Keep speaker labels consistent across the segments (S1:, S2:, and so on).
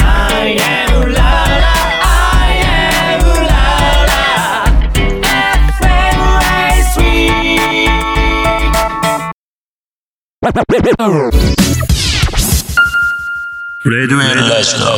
S1: I am la la, I am la la. FM ライスウィーク
S2: レディオエルライスだ。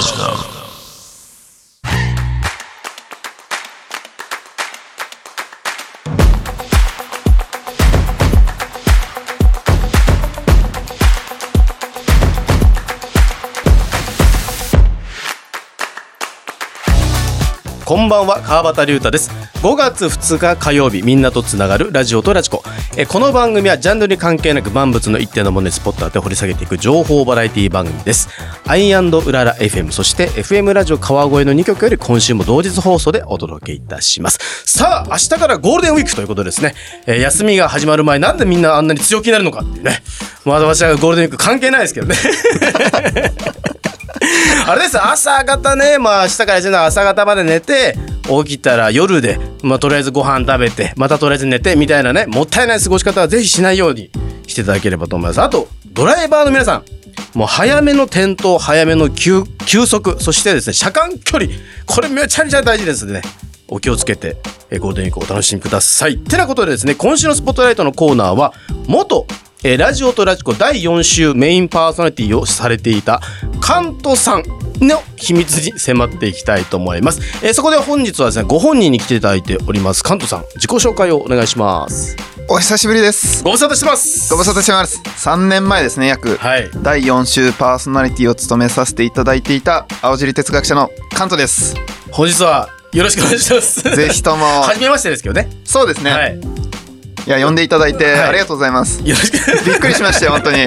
S3: こんばんは川端龍太です5月2日火曜日みんなとつながるラジオとラジコえーこの番組はジャンルに関係なく万物の一定のものにスポット当て掘り下げていく情報バラエティ番組ですアイウララ FM そして FM ラジオ川越の2曲より今週も同日放送でお届けいたしますさあ明日からゴールデンウィークということですね、えー休みが始まる前なんでみんなあんなに強気になるのかっていうねまだ私はゴールデンウィーク関係ないですけどねあれです朝方ねまあ明日から一日の朝方まで寝て起きたら夜で、まあ、とりあえずご飯食べてまたとりあえず寝てみたいなねもったいない過ごし方はぜひしないようにしていただければと思いますあとドライバーの皆さんもう早めの転倒早めの休休息そしてですね車間距離これめちゃめちゃ大事ですねお気をつけてえーゴールデンウィークお楽しみください。てなことでですね今週のスポットライトのコーナーは元えーラジオとラジコ第4週メインパーソナリティをされていたカントさんの秘密に迫っていきたいと思います、えーそこで本日はですねご本人に来ていただいておりますカントさん自己紹介をお願いします
S4: お久しぶりです。
S3: ご無沙汰してます
S4: ご無沙汰してます。3年前ですね、約。
S3: はい
S4: 第4週パーソナリティを務めさせていただいていた青尻哲学者のカント です。
S3: 本日はよろしくお願いします
S4: ぜひとも
S3: 初めましてですけどね
S4: そうですね。、
S3: はいい
S4: や、呼んでいただいて
S3: はい
S4: ありがとうございます。
S3: よろしく
S4: びっくりしましたよ、本当に。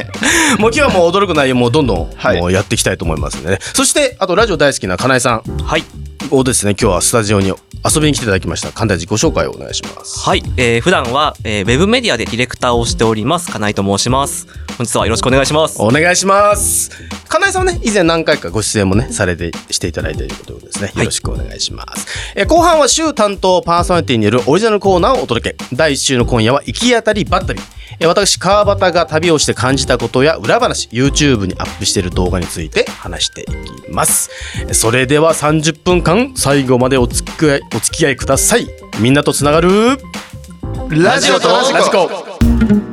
S3: もう今日はもう驚く内容もどんどん
S4: はい
S3: もうやっていきたいと思いますんでね、そしてあとラジオ大好きなかなえさん
S5: はい、
S3: をですね今日はスタジオに遊びに来ていただきました簡単に自己紹介をお願いします
S5: はい、えー、普段は、えー、ウェブメディアでディレクターをしております、かないと申します。本日はよろしくお願いします。
S3: お願いしますかなえさんはね以前何回かご出演もねされてしていただいているということですね
S5: い
S3: よろしくお願いします、えー後半は週担当パーソナリティによるオリジナルコーナーをお届け第1週の今夜は行き当たりばったりえー私川端が旅をして感じたことや裏話 YouTube にアップしている動画について話していきますえーそれでは30分間最後までお付き合いお付き合いくださいみんなとつながる
S4: ラジオとラジコ。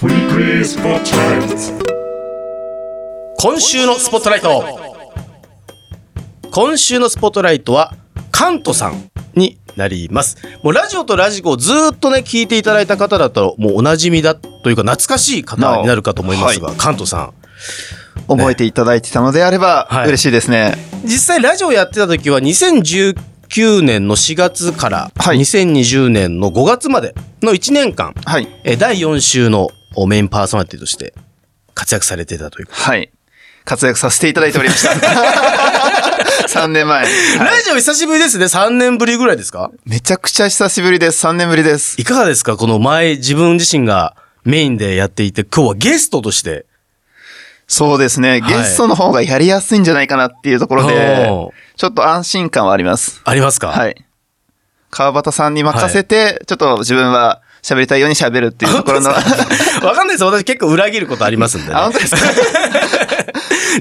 S6: Weekly Spotlight.
S3: 今週のスポットライト今週のスポットライトはカントさんになりますもうラジオとラジコをずーっとね聞いていただいた方だったらもうおなじみだというか懐かしい方になるかと思いますが、カントさ
S4: 覚えていただいてたのであれば
S3: はい
S4: 嬉しいですね。
S3: ん実際ラジオやってた時は2019年の4月から
S4: はい
S3: 2020年の5月までの1年間、
S4: はい。
S3: えー第4週のメインパーソナリティとして活躍されていたという
S4: はい。活躍させていただいており ました。3年前。はい
S3: ラジオ久しぶりですね3年ぶりぐらいですか
S4: めちゃくちゃ久しぶりです。3年ぶりです。
S3: いかがですかこの前自分自身がメインでやっていて、今日はゲストとして。
S4: そうですね。
S3: はい
S4: ゲストの方がやりやすいんじゃないかなっていうところで、
S3: おー
S4: ちょっと安心感はあります。
S3: ありますか
S4: はい。川端さんに任せて、ちょっと自分は喋りたいように喋るっていうとこ ろの、あ、
S3: わかんないです。私結構裏切ることありますんで、ね。
S4: 本当 ですか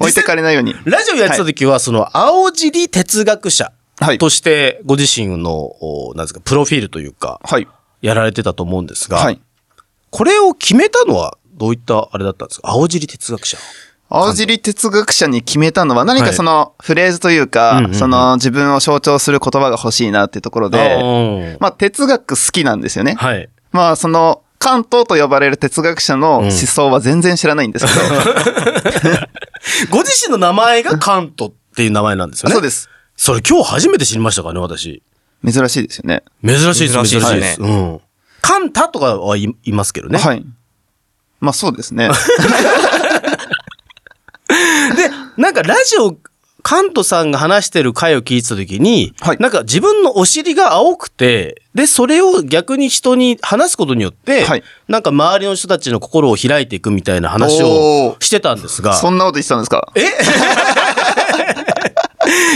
S4: 置いてかれないように。
S3: ラジオやってた時は、その、青尻哲学者
S4: はい
S3: として、ご自身の、おなんですか、プロフィールというか、
S4: はい。
S3: やられてたと思うんですが、
S4: はい。
S3: これを決めたのは、どういったあれだったんですか青尻哲学者。
S4: 青尻哲学者に決めたのは何
S3: は
S4: か
S3: い
S4: そのフレーズという
S3: うん
S4: か
S3: うんう、ん
S4: その自分を象徴する言葉が欲しいなっていうところ
S3: あ
S4: で、
S3: ー
S4: まあ哲学好きなんですよね。
S3: はい。
S4: まあその関東と呼ばれる哲学者の思想は全然知らないんですけど、
S3: ご自身の名前がカントっていう名前なんですよね。
S4: そうです。
S3: それ今日初めて知りましたからね、私。
S4: 珍しいですよね。
S3: 珍しいです、珍
S5: 珍
S3: し
S5: し
S3: い
S5: い
S3: で
S5: です
S3: す。
S5: ね
S3: うん。カンタとかはい、いますけどね。
S4: はい。まあそうですね。
S3: なんかラジオ、カントさんが話してる回を聞いてた時に、
S4: はい
S3: なんか自分のお尻が青くて、で、それを逆に人に話すことによって、
S4: はい
S3: なんか周りの人たちの心を開いていくみたいな話を
S4: おー
S3: してたんですが、
S4: そんなこと言ってたんですか
S3: え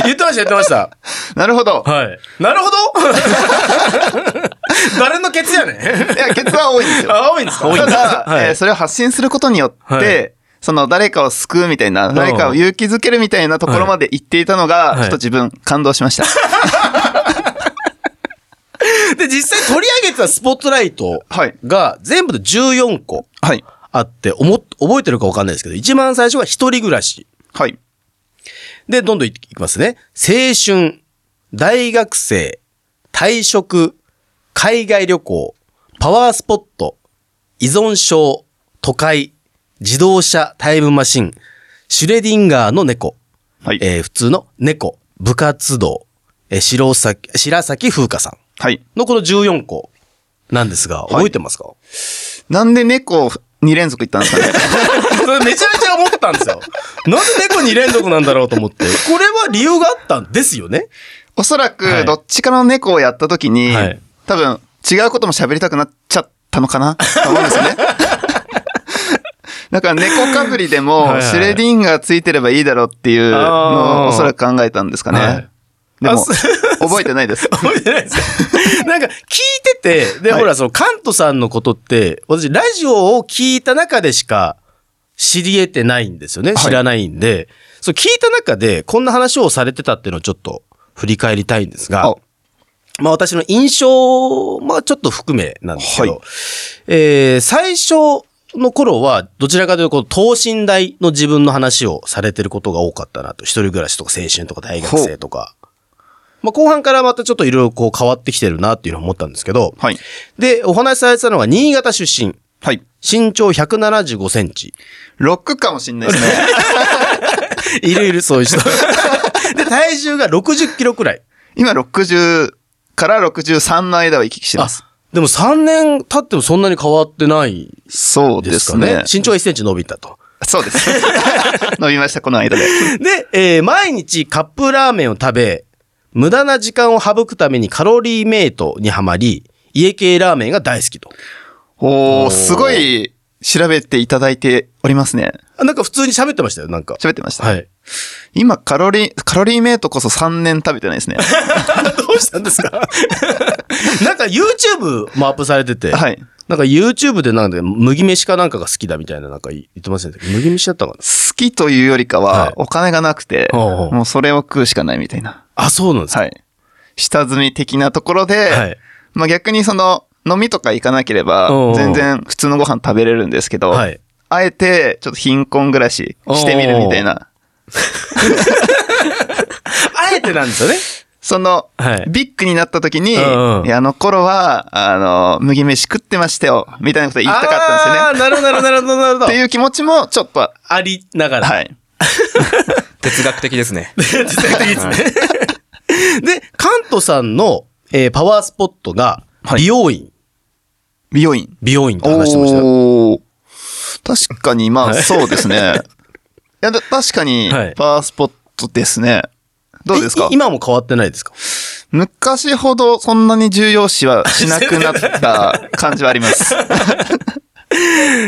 S3: 言ってました、言ってました。
S4: なるほど。
S3: はい。なるほど誰のケツやねん。
S4: いや、ケツは多いんですよ。
S3: あ多いんですか
S4: ただ、
S3: はい
S4: えーそれを発信することによって、
S3: はい
S4: その誰かを救うみたいな、誰かを勇気づけるみたいなところまで行っていたのが、
S3: はい
S4: ちょっと自分感動しました。
S3: で、実際取り上げてたスポットライト
S4: はい。
S3: が全部で14個
S4: はい。
S3: あって、おも、覚えてるかわかんないですけど、一番最初が一人暮らし。
S4: はい。
S3: で、どんどんいきますね。青春、大学生、退職、海外旅行、パワースポット、依存症、都会、自動車、タイムマシン、シュレディンガーの猫、
S4: はい。
S3: えー普通の猫、部活動、えー白崎、白崎風花さ
S4: はい。
S3: んのこの14個なんですが、覚えてますか、
S4: なんで猫2連続行ったんですかね
S3: それめちゃめちゃ思ったんですよ。なんで猫2連続なんだろうと思って。これは理由があったんですよね。
S4: おそら
S3: はい
S4: く、どっちかの猫をやった時に、
S3: はい
S4: 多分、違うことも喋りたくなっちゃったのかな と思うんですよね。だから猫かぶりでも
S3: はいはい、
S4: シュレディンガーついてればいいだろうっていうの
S3: あー
S4: をおそらく考えたんですかね。
S3: はい
S4: でも、
S3: あす
S4: 覚えてないです。
S3: 覚えてないですかなんか聞いてて、で、
S4: はい
S3: ほら、その、カントさんのことって、私、ラジオを聞いた中でしか知り得てないんですよね。
S4: はい
S3: 知らないんで、そう、聞いた中で、こんな話をされてたっていうのをちょっと振り返りたいんですが
S4: あ、
S3: まあ私の印象、まあちょっと含めなんですけど、
S4: はい
S3: えー最初の頃は、どちらかというと、等身大の自分の話をされてることが多かったなと。一人暮らしとか青春とか大学生とか。まあ後半からまたちょっといろいろこう変わってきてるなっていうのを思ったんですけど、
S4: はい。
S3: で、お話しされてたのが新潟出身。
S4: はい。
S3: 身長175センチ。
S4: ロックかもしんないですね。
S3: いるいる、そうい う人。で、体重が60キロくらい。
S4: 今60から63の間は行き来してます。
S3: でも3年経ってもそんなに変わってない
S4: そうで
S3: ですすかね。
S4: ね。
S3: 身長が1センチ伸びたと。
S4: そうです。 伸びました、この間で。
S3: で、えー毎日カップラーメンを食べ、無駄な時間を省くためにカロリーメイトにはまり、家系ラーメンが大好きと。
S4: おー、すごい調べていただいておりますね。
S3: あなんか普通に喋ってましたよ、なんか。
S4: 喋ってました。
S3: はい。
S4: 今、カロリー、カロリーメイトこそ3年食べてないですね。
S3: どうしたんです かなんか YouTube もアップされてて、
S4: はい。
S3: なんか YouTube でなんで麦飯かなんかが好きだみたいななんか言ってませんでしたっけ麦飯だったかな
S4: 好きというよりか
S3: はい
S4: は、お金がなくて、
S3: ほうほう
S4: もうそれを食うしかないみたいな。
S3: あ、そうなんですか、
S4: はい。下積み的なところ
S3: は
S4: で
S3: い、
S4: まあ逆にその、飲みとか行かなけれ
S3: おうお
S4: ば
S3: う、
S4: 全然普通のご飯食べれるんですけど、
S3: はい
S4: あえて、ちょっと貧困暮らししてみるみたいな。
S3: あえてなんですよね。
S4: その、
S3: はい
S4: ビッグになった時に、
S3: うんうん
S4: いやあの頃は、あの、麦飯食ってましたよ、みたいなこと言いたかったんですよね。
S3: あーなるほど、なるほど、なるほど。
S4: っていう気持ちも、ちょっと、は
S3: ありながら。
S4: い。
S5: 哲学的ですね。
S3: 哲学的ですね。で、カントさんの、えーパワースポットが、美容院、
S4: 美容院。
S3: 美容院って
S4: お
S3: 話してましたよ。
S4: おー確かに、まあ、
S3: はい
S4: そうで すね。いや、だ確かに
S3: はい、
S4: パワースポットですね。どうですか
S3: い今も変わってないですか
S4: 昔ほどそんなに重要視はしなくなった感じはあり ます。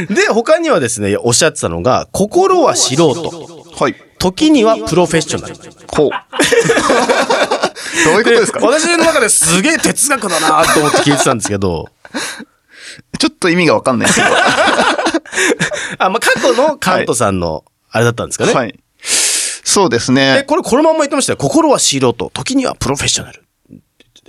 S3: で、他にはですね、おっしゃってたのが、心は素人。
S4: はい。
S3: 時にはプロフェッショナル。
S4: こう。どういうことですか
S3: 私の中ですげえ哲学だなと思って聞いてたんですけど、
S4: ちょっと意味がわかんないですけど。
S3: あ、まあ、過去のカントさんの、あれだったんですかね。
S4: はい。そうです
S3: で、
S4: ね。
S3: これ、このまんま言ってましたよ。心は素人。時にはプロフェッショナル。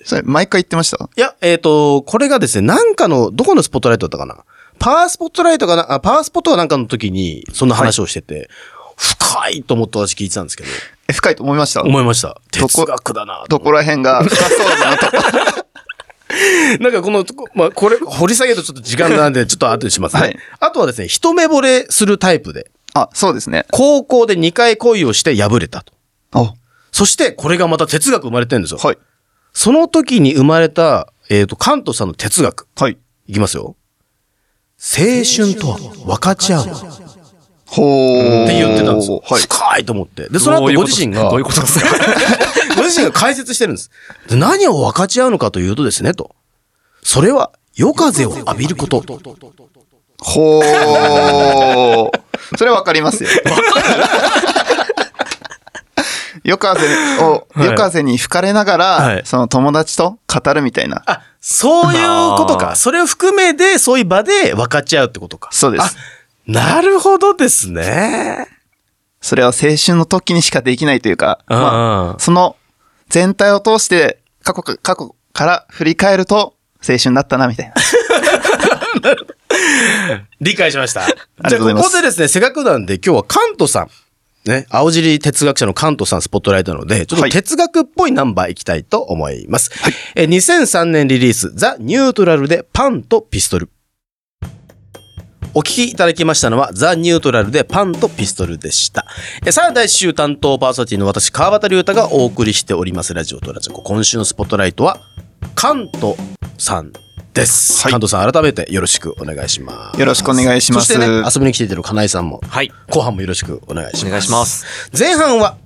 S4: それ毎回言ってました。
S3: いや、えっ、と、これがですね、なんかの、どこのスポットライトだったかなパワースポットライトかなあ、パワースポットかなんかの時に、そんな話をしてて、深いと思って私聞いてたんですけど、
S4: え深いと思いました。
S3: 思いました。
S4: どこ
S3: 哲学だなと
S4: どこら 辺が深そうだなと。
S3: なんかこの、まあ、これ、掘り下げるとちょっと時間なんで、ちょっと後にしますね。
S4: はい
S3: あとはですね、一目惚れするタイプで、
S4: あ、そうですね。
S3: 高校で2回恋をして破れたと。
S4: あ、
S3: そして、これがまた哲学生まれてるんですよ。
S4: はい。
S3: その時に生まれた、えっ、と、カントさんの哲学。
S4: はい。
S3: いきますよ。青春とは分かち合う。
S4: ほー。
S3: って言ってたんですよ。
S4: はい。
S3: 深いと思って。で、その
S5: どう
S3: 後
S5: いう
S3: ご
S5: こと
S3: 自身が、
S5: どういうことですか
S3: ご自身が解説してるんです。で何を分かち合うのかというとですね、と。それは、夜風を浴びること。
S4: ほ ー。それわかりますよ。夜風を、
S3: はい
S4: 夜風に吹かれながら、
S3: はい
S4: その友達と語るみたいな。
S3: あ、そういうことか。それを含めて、そういう場で分かち合うってことか。
S4: そうです
S3: あ。なるほどですね。
S4: それは青春の時にしかできないというか、
S3: うん
S4: まあ、その全体を通して過去か、過去から振り返ると青春だったな、みたいな。
S3: 理解しました。
S4: が
S3: じ
S4: と
S3: ゃあ、
S4: うございま
S3: こ
S4: す
S3: こでですね、せっかくなんで、今日はカントさん。ね、青尻哲学者のカントさんスポットライトなので、ちょっ
S4: は
S3: と
S4: い
S3: 哲学っぽいナンバーいきたいと思います。えー2003年リリース、ザ・ニュートラルでパンとピストル。お聞きいただきましたのは、ザ・ニュートラルでパンとピストルでした。えーさあ、第1週担当パーソナリティの私、川端龍太がお送りしております、ラジオとラジコ。今週のスポットライトは、カントさんです。
S4: はい
S3: カントさん、改めてよろしくお願いします。
S4: よろしくお願いします
S3: そしてね、遊びに来ていただいてる金井さんも、
S5: はい。
S3: 後半もよろしくお願いします。
S5: お願いします。
S3: 前半は、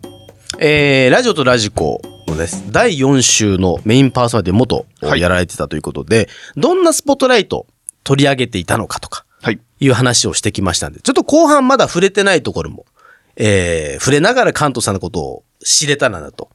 S3: えー、ラジオとラジコのです。第4週のメインパーソナリティ元を
S4: はい
S3: やられてたということで、どんなスポットライトを取り上げていたのかとか、
S4: はい。
S3: いう話をしてきましたんで、ちょっと後半まだ触れてないところも、えー、触れながら関東さんのことを知れたらなと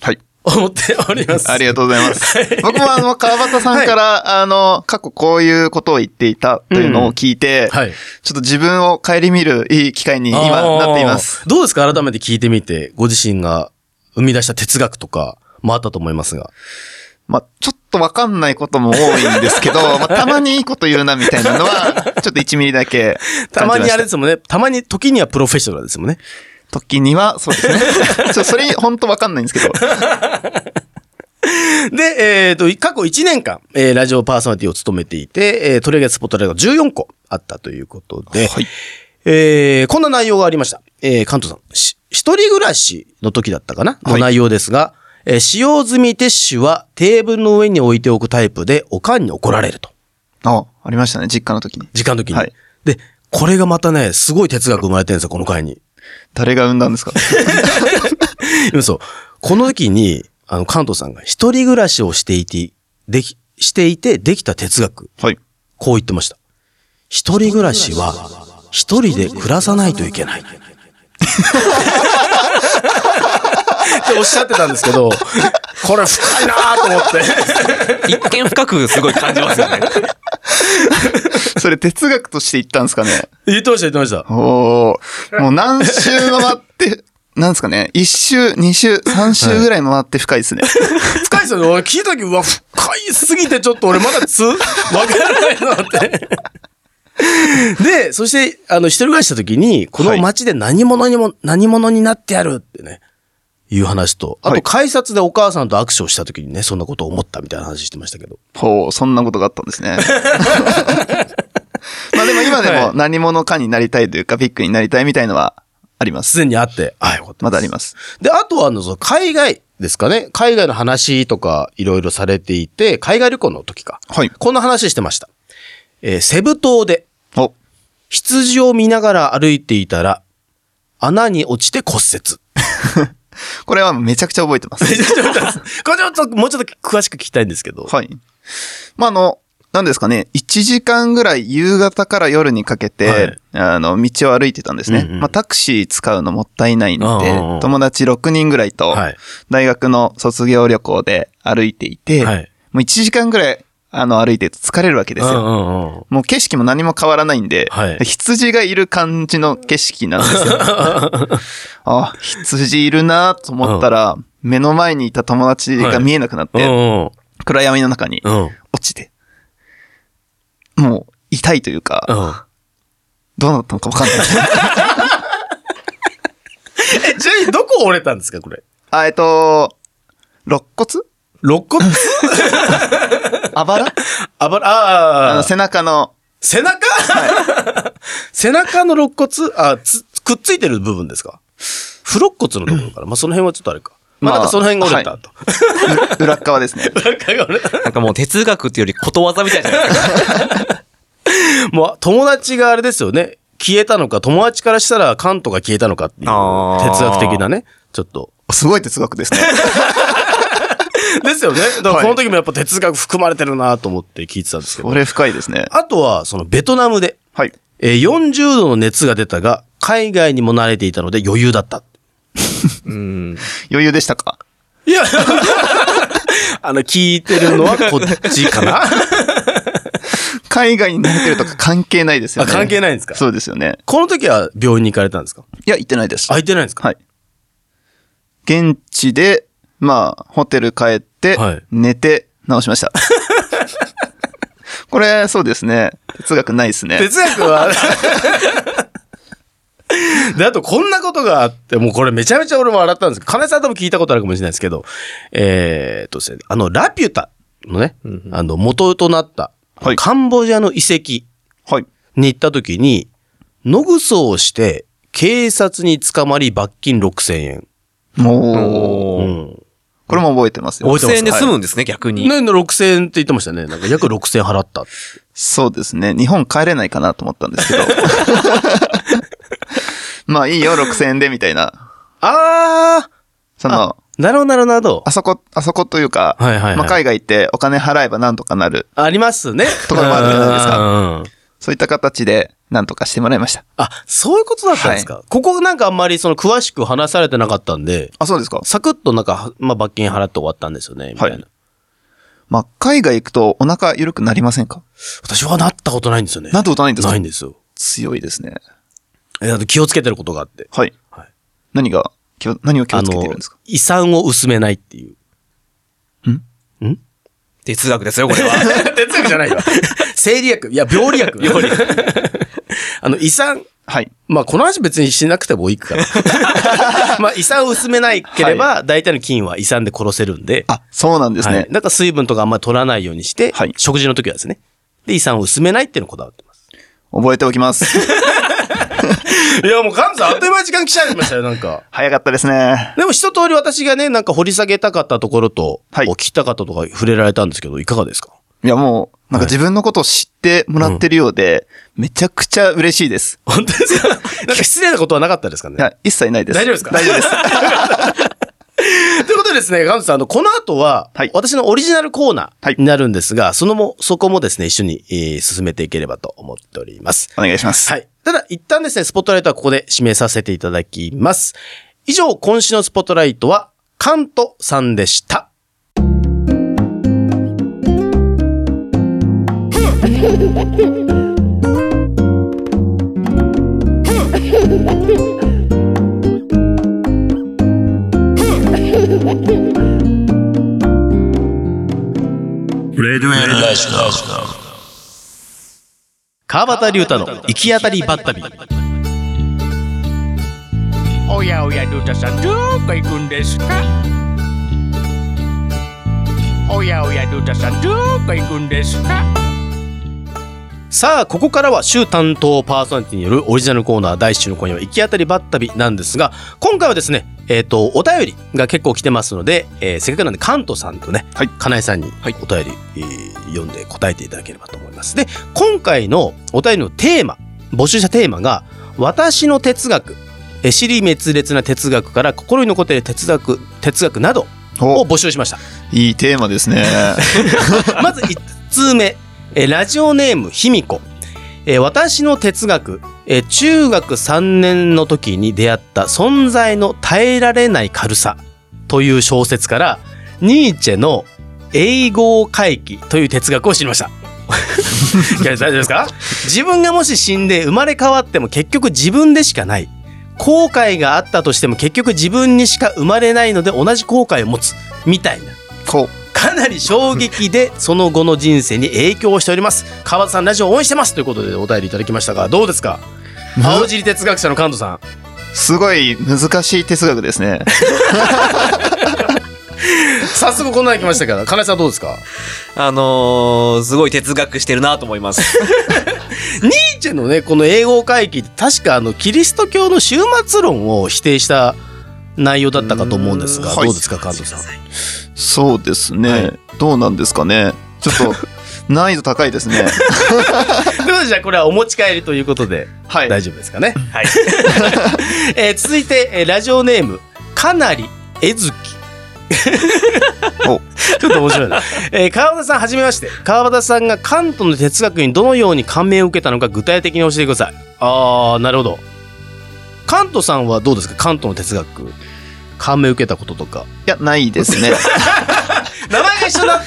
S4: はい。
S3: 思っております。
S4: ありがとうございます。 僕もあの、川端さんから、あの、過去こういうことを言っていたというのを聞いて、
S3: はい。
S4: ちょっと自分を顧みるいい機会に今なっています。
S3: あー。どうですか改めて聞いてみて、ご自身が生み出した哲学とかもあったと思いますが。
S4: まあ、ちょっとわかんないことも多いんですけど、 まあ、たまにいいこと言うなみたいなのは、ちょっと1ミリだけ
S3: たま
S4: 感じました。
S3: にあれですもんね。たまに、時にはプロフェッショナルですもんね。
S4: 時には、そうで すね。ちょっとそれ本当わかんないんですけど。
S3: で、えっ、と、過去1年間、えーラジオパーソナリティを務めていて、えー、取り上げたスポットライトが14個あったということで、
S4: はい
S3: えーこんな内容がありました。えー、関東さん、し一人暮らしの時だったかなの
S4: はい
S3: 内容ですが、えー使用済みティッシュはテーブルの上に置いておくタイプで、おかんに怒られると。
S4: あ、ありましたね、実家の時に。
S3: 時間の時に。
S4: はい
S3: で、これがまたね、すごい哲学生まれてるんですよ、この 回に。
S4: 誰が産んだんですか
S3: 今そう。この時に、あの、関東さんが一人暮らしをしていて、でき、していてできた哲学。
S4: はい。
S3: こう言ってました。一人暮らしは、一人で暮らさないといけ ない。っておっしゃってたんですけど、これ深いなと思って。
S5: 一見深くすごい感じますよね。
S4: それ哲学として言ったんですかね
S3: 言ってました、言ってました。
S4: おーもう何周回って、なんですかね一周、二周、三周ぐらい回って深いですね。
S3: 深いですよね。俺聞いた時、うわ、深いすぎてちょっと俺まだ つ、わからないなって。で、そして、あの、一人暮らしした時に、この街で何者にも、何者になってやるってね、いう話と、あ
S4: は
S3: と、
S4: い
S3: 改札でお母さんと握手をした時にね、そんなことを思ったみたいな話してましたけど。
S4: ほう、そんなことがあったんですね。 まあでも今でも何者かになりたいというか、ビッグになりたいみたいのはあります。
S3: すでにあって、あ、よかった。
S4: まだあります。
S3: で、あとは、あの、その海外ですかね。海外の話とか、いろいろされていて、海外旅行の時か。
S4: はい。
S3: こんな話してました。えーセブ島で、
S4: お、
S3: 羊を見ながら歩いていたら、穴に落ちて骨折。
S4: これはめちゃくちゃ覚えてます。
S3: これちょっと、もうちょっと詳しく聞きたいんですけど。
S4: はい。まあ、あの、何ですかね、1時間ぐらい夕方から夜にかけて、
S3: はい
S4: あの、道を歩いてたんですね。
S3: うんうん
S4: まあ、タクシー使うのもったいないので
S3: うんうんうん、
S4: 友達6人ぐらいと
S3: はい、
S4: 大学の卒業旅行で歩いていて、
S3: はい
S4: もう1時間ぐらい、あの、歩いてると疲れるわけですよ。
S3: うんうんうん。
S4: もう景色も何も変わらないんで、
S3: はい
S4: 羊がいる感じの景色なんで すよ。あ、羊いるなと思ったら、目の前にいた友達が見えなくなっ
S3: う
S4: て、
S3: ん
S4: 暗闇の中に
S3: うん。うん。
S4: 落ちて、もう痛いというか、
S3: うん。
S4: どうなったのかわかんない。
S3: え、ちなみにどこ折れたんですか、これ。
S4: あ、えっと、肋骨
S3: 肋 骨
S4: あばら
S3: あばら、
S4: あ
S3: あ
S4: の
S3: あ、
S4: 背中の、
S3: 背中、 背中の肋骨あつ、くっついてる部分ですか不肋骨のとこ ろから。まあ、その辺はちょっとあれか。まあ、
S4: ま
S3: な
S4: あ
S3: んかその辺が折れたと。
S4: う 裏っ側ですね。
S3: なんかが折れた
S5: なんかもう哲学っていうよりことわざみたいじゃないですか。
S3: もう友達があれですよね。消えたのか、友達からしたら関東が消えたのかっていう
S5: あー
S3: 哲学的なね。ちょっと。
S4: すごい哲学ですね。
S3: です よね。だから
S4: はい
S3: その時もやっぱ哲学含まれてるなと思って聞いてたんですけど
S4: こ。れ深いですね。
S3: あとは、そのベトナムで、
S4: はい。
S3: えー40度の熱が出たが、海外にも慣れていたので余裕だった。
S5: うん。
S4: 余裕でしたか
S3: いや、 あの、聞いてるのはこっちか な
S4: 海外に慣れてるとか関係ないですよ
S3: あ
S4: ね。
S3: 関係
S4: い
S3: ないんですか
S4: そうですよね。
S3: この時は病院に行かれたんですか
S4: いや、行ってないです。
S3: あ、行ってないんですか
S4: はい。現地で、まあ、ホテル帰って、
S3: はい
S4: 寝て、直し ました。これ、そうですね。哲学ないですね。
S3: 哲学は。 で、あと、こんなことがあって、もうこれめちゃめちゃ俺も笑ったんですけど、金井さんとも聞いたことあるかもしれないですけど、えーっとですね、あの、ラピュタのね、あの、元となった、
S4: はい
S3: カンボジアの遺跡
S4: はい。
S3: に行った時に、野ぐそをして、警察に捕まり罰金6000円。
S4: もう、
S5: お
S3: う
S5: ー。
S3: ん。
S4: これも覚えてますよ。
S3: 覚えてます
S5: 6000円で済むんですね、逆に。
S3: ね、6000円って言ってましたね。なんか約6000円払 ったって。
S4: そうですね。日本帰れないかなと思ったんです けど。 まあ、いいよ、6000円で、みたいな。
S3: あ
S4: その、
S3: ー、なるほどなるほどなるほど
S4: あ。そこ、あそこというか、
S3: はいはいはい
S4: まあ、海外ってお金払えばなんとかなる。
S3: ありますね。
S4: とかもあるじゃないですか
S3: うんうんうん
S4: そういった形で、なんとかしてもらいました。
S3: あ、そういうことだったんですか、ここなんかあんまりその詳しく話されてなかったんで、
S4: あ、そうですか。
S3: サクッとなんか、まあ、罰金払って終わったんですよね、みたいな。
S4: はいまあ、海外行くとお腹緩くなりませんか
S3: 私はなったことないんですよね。
S4: なんてことないんですか
S3: ないんですよ。
S4: 強いですね。
S3: え、あと気をつけてることがあって。
S4: はい。
S3: はい
S4: 何が、気を何を気を
S3: あ
S4: つけてる
S3: の
S4: んですか、
S3: 遺産を薄めないって いう。
S5: 哲学ですよ、こ れは。
S3: 哲学じゃないよ。生理学。いや、病理学。病理 あの、遺産。
S4: はい。
S3: まあ、この話別にしなくてもいい から。まあ、遺産を薄めないければ、大体の菌は遺産で殺せるんで。
S4: あ、そうなんですね。
S3: はい。だから水分とかあんまり取らないようにして、
S4: はい
S3: 食事の時はですね。で、遺産を薄めないっていうのをこだわってます。
S4: 覚えておきます。
S3: いや、もうカンさんあっという間に時間来ちゃいましたよ、なんか。
S4: 早かったですね。
S3: でも一通り私がね、なんか掘り下げたかったところと、
S4: はい
S3: こう聞きたかったとか触れられたんですけど、いかがですか
S4: いや、もう、なんか自分のことを知ってもらってるようで、めちゃくちゃ嬉しいです。
S3: 本当ですか なんか失礼なことはなかったですかね
S4: いや、一切ないです。
S3: 大丈夫ですか
S4: 大丈夫です。
S3: ということでですね、ガンツさん、あの、この後は、
S4: はい
S3: 私のオリジナルコーナ
S4: はい
S3: ーになるんですが、そのも、そこもですね、一緒に、えー進めていければと思っております。
S4: お願いします。
S3: はい。ただ、一旦ですね、スポットライトはここで締めさせていただきます。以上、今週のスポットライトは、カントさんでした。
S2: Radio Leslie.
S3: 川端龍太の行き当たりばったり。
S7: おやおやルタさんどこ行くんですかおやおやルタさんどこ行くんですか
S3: さあ、ここからは週担当パーソナリティによるオリジナルコーナー第1週の今夜は行き当たりばったりなんですが、今回はですね、えっ、と、お便りが結構来てますので、えーせっかくなんでカントさんとね、
S4: はい
S3: 金井さんにお便り、えー読んで答えていただければと思います。で、今回のお便りのテーマ、募集したテーマが、私の哲学、えー、尻滅裂な哲学から心に残っている哲学、哲学などを
S4: お、
S3: 募集しました。
S4: いいテーマで すね。
S3: まず1通目、えーラジオネームひみこ。えー私の哲学、えー中学3年の時に出会った存在の耐えられない軽さという小説から、ニーチェの英語回帰という哲学を知りました。 いや大丈夫ですか自分がもし死んで生まれ変わっても結局自分でしかない。後悔があったとしても結局自分にしか生まれないので同じ後悔を持つ。みたいな。
S4: こ
S3: かなり衝撃でその後の人生に影響しております川端さんラジオ応援してますということでお便りいただきましたがどうですか
S4: む
S3: 青尻哲学者の関東さん
S4: う、すごい難しい哲学ですね。
S3: 早速こんなの来ましたけど金井さんどうですか
S5: あのー、すごい哲学してるなと思います。
S3: ニーチェのねこの英語回帰って確かあのキリスト教の終末論を否定した内容だったかと思うんですが
S4: うーん
S3: ど
S4: は
S3: う
S4: い
S3: ですか関東さん
S4: そうですね。どうなんですかね。ちょっと、難易度高いで すね。
S3: ということでじゃあこれはお持ち帰りということで
S4: はい。
S3: 大丈夫ですかね
S5: はい。
S3: えー続いて、えーラジオネームかなりえずき
S4: お
S3: ちょっと面白いな、えー川端さんはじめまして川端さんが関東の哲学にどのように感銘を受けたのか具体的に教えてくださいあーなるほど関東さんはどうですか関東の哲学感銘受けたこととか
S4: や、ないですね。
S3: 名前が一緒だ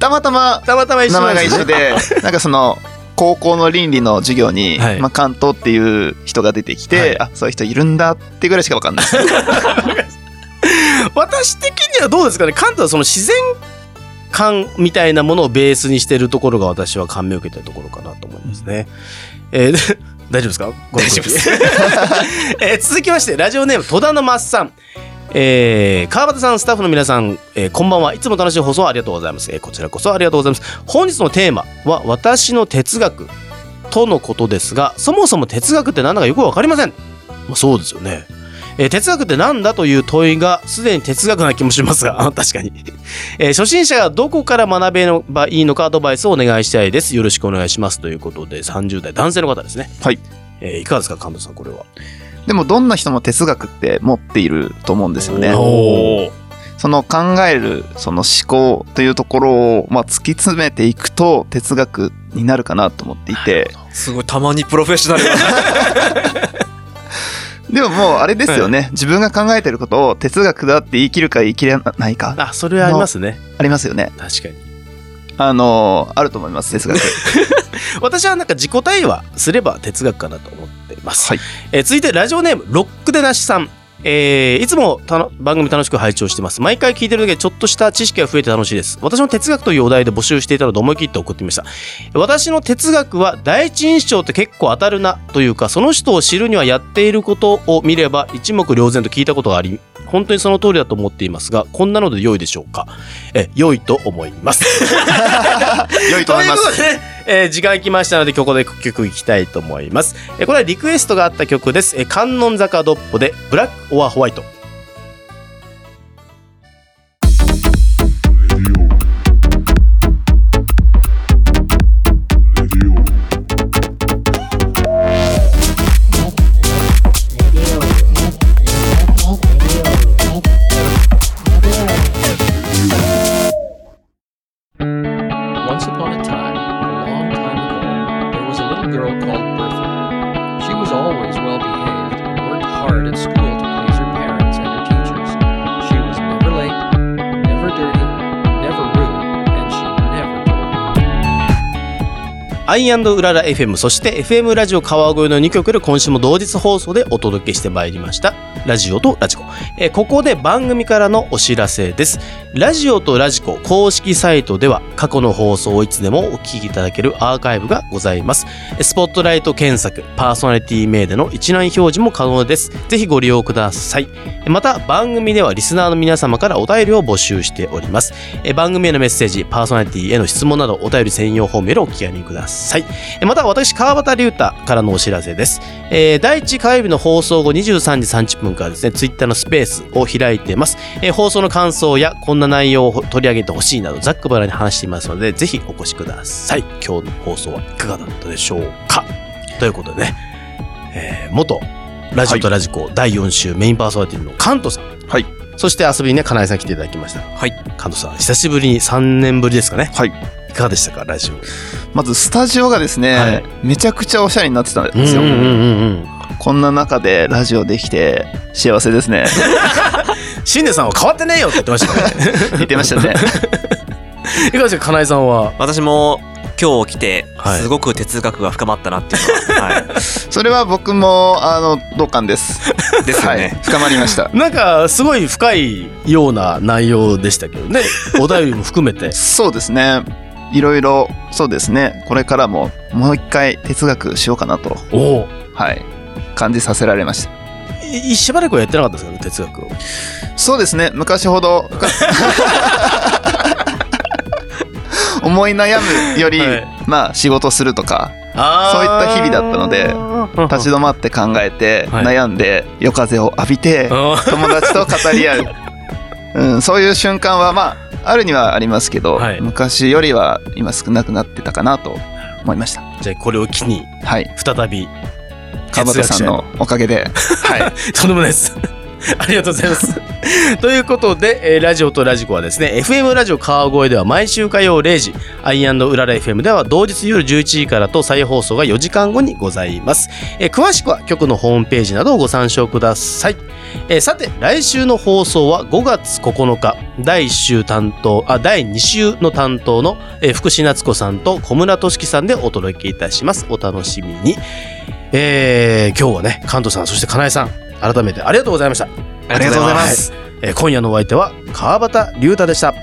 S4: たまたま
S3: たまたま一緒
S4: 名
S3: な
S4: 前
S3: ん
S4: が
S3: です
S4: 一緒
S3: ね
S4: で、 なんかその、高校の倫理の授業に、
S3: はい
S4: まあ、関東っていう人が出てきて、
S3: はい
S4: あ、そういう人いるんだってぐらいしかわ かんないです。
S3: 私的にはどうですかね関東はその自然感みたいなものをベースにしてるところが私は感銘を受けたところかなと思いますね、えーで 大丈夫ですか大丈夫です えー続きましてラジオネーム戸田のマッさんえー、川端さんスタッフの皆さん、えーこんばんはいつも楽しい放送ありがとうございます、えーこちらこそありがとうございます本日のテーマは私の哲学とのことですがそもそも哲学って何だかよくわかりません、まあ、そうですよねえー哲学ってなんだという問いがすでに哲学な気もしますが あ確かに、えー初心者がどこから学べばいいのかアドバイスをお願いしたいですよろしくお願いしますということで30代男性の方ですね
S4: はい、
S3: えーいかがですか神田さんこれは
S4: でも、どんな人も哲学って持っていると思うんですよね。
S3: おー
S4: その考えるその思考というところを、まあ、突き詰めていくと哲学になるかなと思っていて
S5: すごい、たまにプロフェッショナル が。
S4: でももうあれですよね、自分が考えてることを哲学だって言い切るか言い切れないか
S3: あそれはありますね
S4: ありますよね
S3: 確かに
S4: あのあると思います 哲学
S3: 私はなんか自己対話すれば哲学かなと思ってます、
S4: はい
S3: えー続いてラジオネームロックでなしさんえーいつもたの番組楽しく拝聴してます毎回聞いてるだけでちょっとした知識が増えて楽しいです私の哲学というお題で募集していたので思い切って送ってみました私の哲学は第一印象って結構当たるなというかその人を知るにはやっていることを見れば一目瞭然と聞いたことがあり本当にその通りだと思っていますがこんなので良いでしょうかえ良いと思います
S4: 良いと思います
S3: ということで、ねえー時間きましたのでここで曲いきたいと思います、えーこれはリクエストがあった曲です、えー観音坂ドッポでブラックオアホワイトアイウララ FM そして FM ラジオ川越の2曲で今週も同日放送でお届けしてまいりましたラジオとラジコ、えーここで番組からのお知らせですラジオとラジコ公式サイトでは過去の放送をいつでもお聞きいただけるアーカイブがございますスポットライト検索、パーソナリティ名での一覧表示も可能です。ぜひご利用ください。また、番組ではリスナーの皆様からお便りを募集しております。え番組へのメッセージ、パーソナリティへの質問など、お便り専用フォームよりお気軽にください。えまた、私、川端龍太からのお知らせです。えー第1火曜日の放送後23時30分からですね、ツイッターのスペースを開いています。えー放送の感想や、こんな内容を取り上げてほしいなど、ざっくばらんに話していますので、ぜひお越しください。今日の放送はいかがだったでしょうかということでね、えー元ラジオとラジコ第4週メインパーソナリティのカントさん。
S4: はい
S3: そして遊びにね、かなえさん来ていただきました。
S5: はい。
S3: カントさん、久しぶりに3年ぶりですかね。
S4: はい。
S3: いかがでしたか、ラジオ。
S4: まずスタジオがですね、
S3: はい
S4: めちゃくちゃおしゃれになってたんですよ、
S3: うん。
S4: こんな中でラジオできて幸せですね
S3: シンデさんは変わってねえよって言ってましたからね。
S4: 言ってましたね
S3: いかがでしたか、かなえさんは。
S5: 私も今日来て
S3: はい、
S5: すごく哲学が深まったなっていうのは、はい。
S4: それは僕もあの同感です
S5: ですよ
S4: はい
S5: ね。
S4: 深まりました
S3: なんか、すごい深いような内容でしたけど ね。お便りも含めて。
S4: そうですね。いろいろ、そうですね。これからも、もう一回哲学しようかなと、
S3: おお。
S4: はい、感じさせられました。
S3: いしばらくはやってなかったですかね、哲学を。
S4: そうですね。昔ほど、深思い悩むより、
S3: はい
S4: まあ、仕事するとか、
S3: そう
S4: いった日々だったので 立ち止まって考えて、
S3: はい
S4: 悩んで、夜風を浴び て、友達と語り合う、うん、そういう瞬間は、まあ、あるにはありますけど、
S3: はい
S4: 昔よりは今少なくなってたかなと思いました。
S3: じゃあこれを機に
S4: はい。
S3: 再び
S4: 川端さんのおかげで。はい。
S3: とんでもないです ありがとうございますということで、えーラジオとラジコはですね FM ラジオ川越では毎週火曜0時アイアンドウララ FM では同日夜11時からと再放送が4時間後にございます、えー詳しくは局のホームページなどをご参照ください、えーさて来週の放送は5月9日第1週担当あ第2週の担当の、えー福士夏子さんと小村俊樹さんでお届けいたしますお楽しみに、えー今日はね関東さんそして金井さん改めてありがとうございました
S5: ありがとうございます。
S3: えー今夜のお相手は川端龍太でした。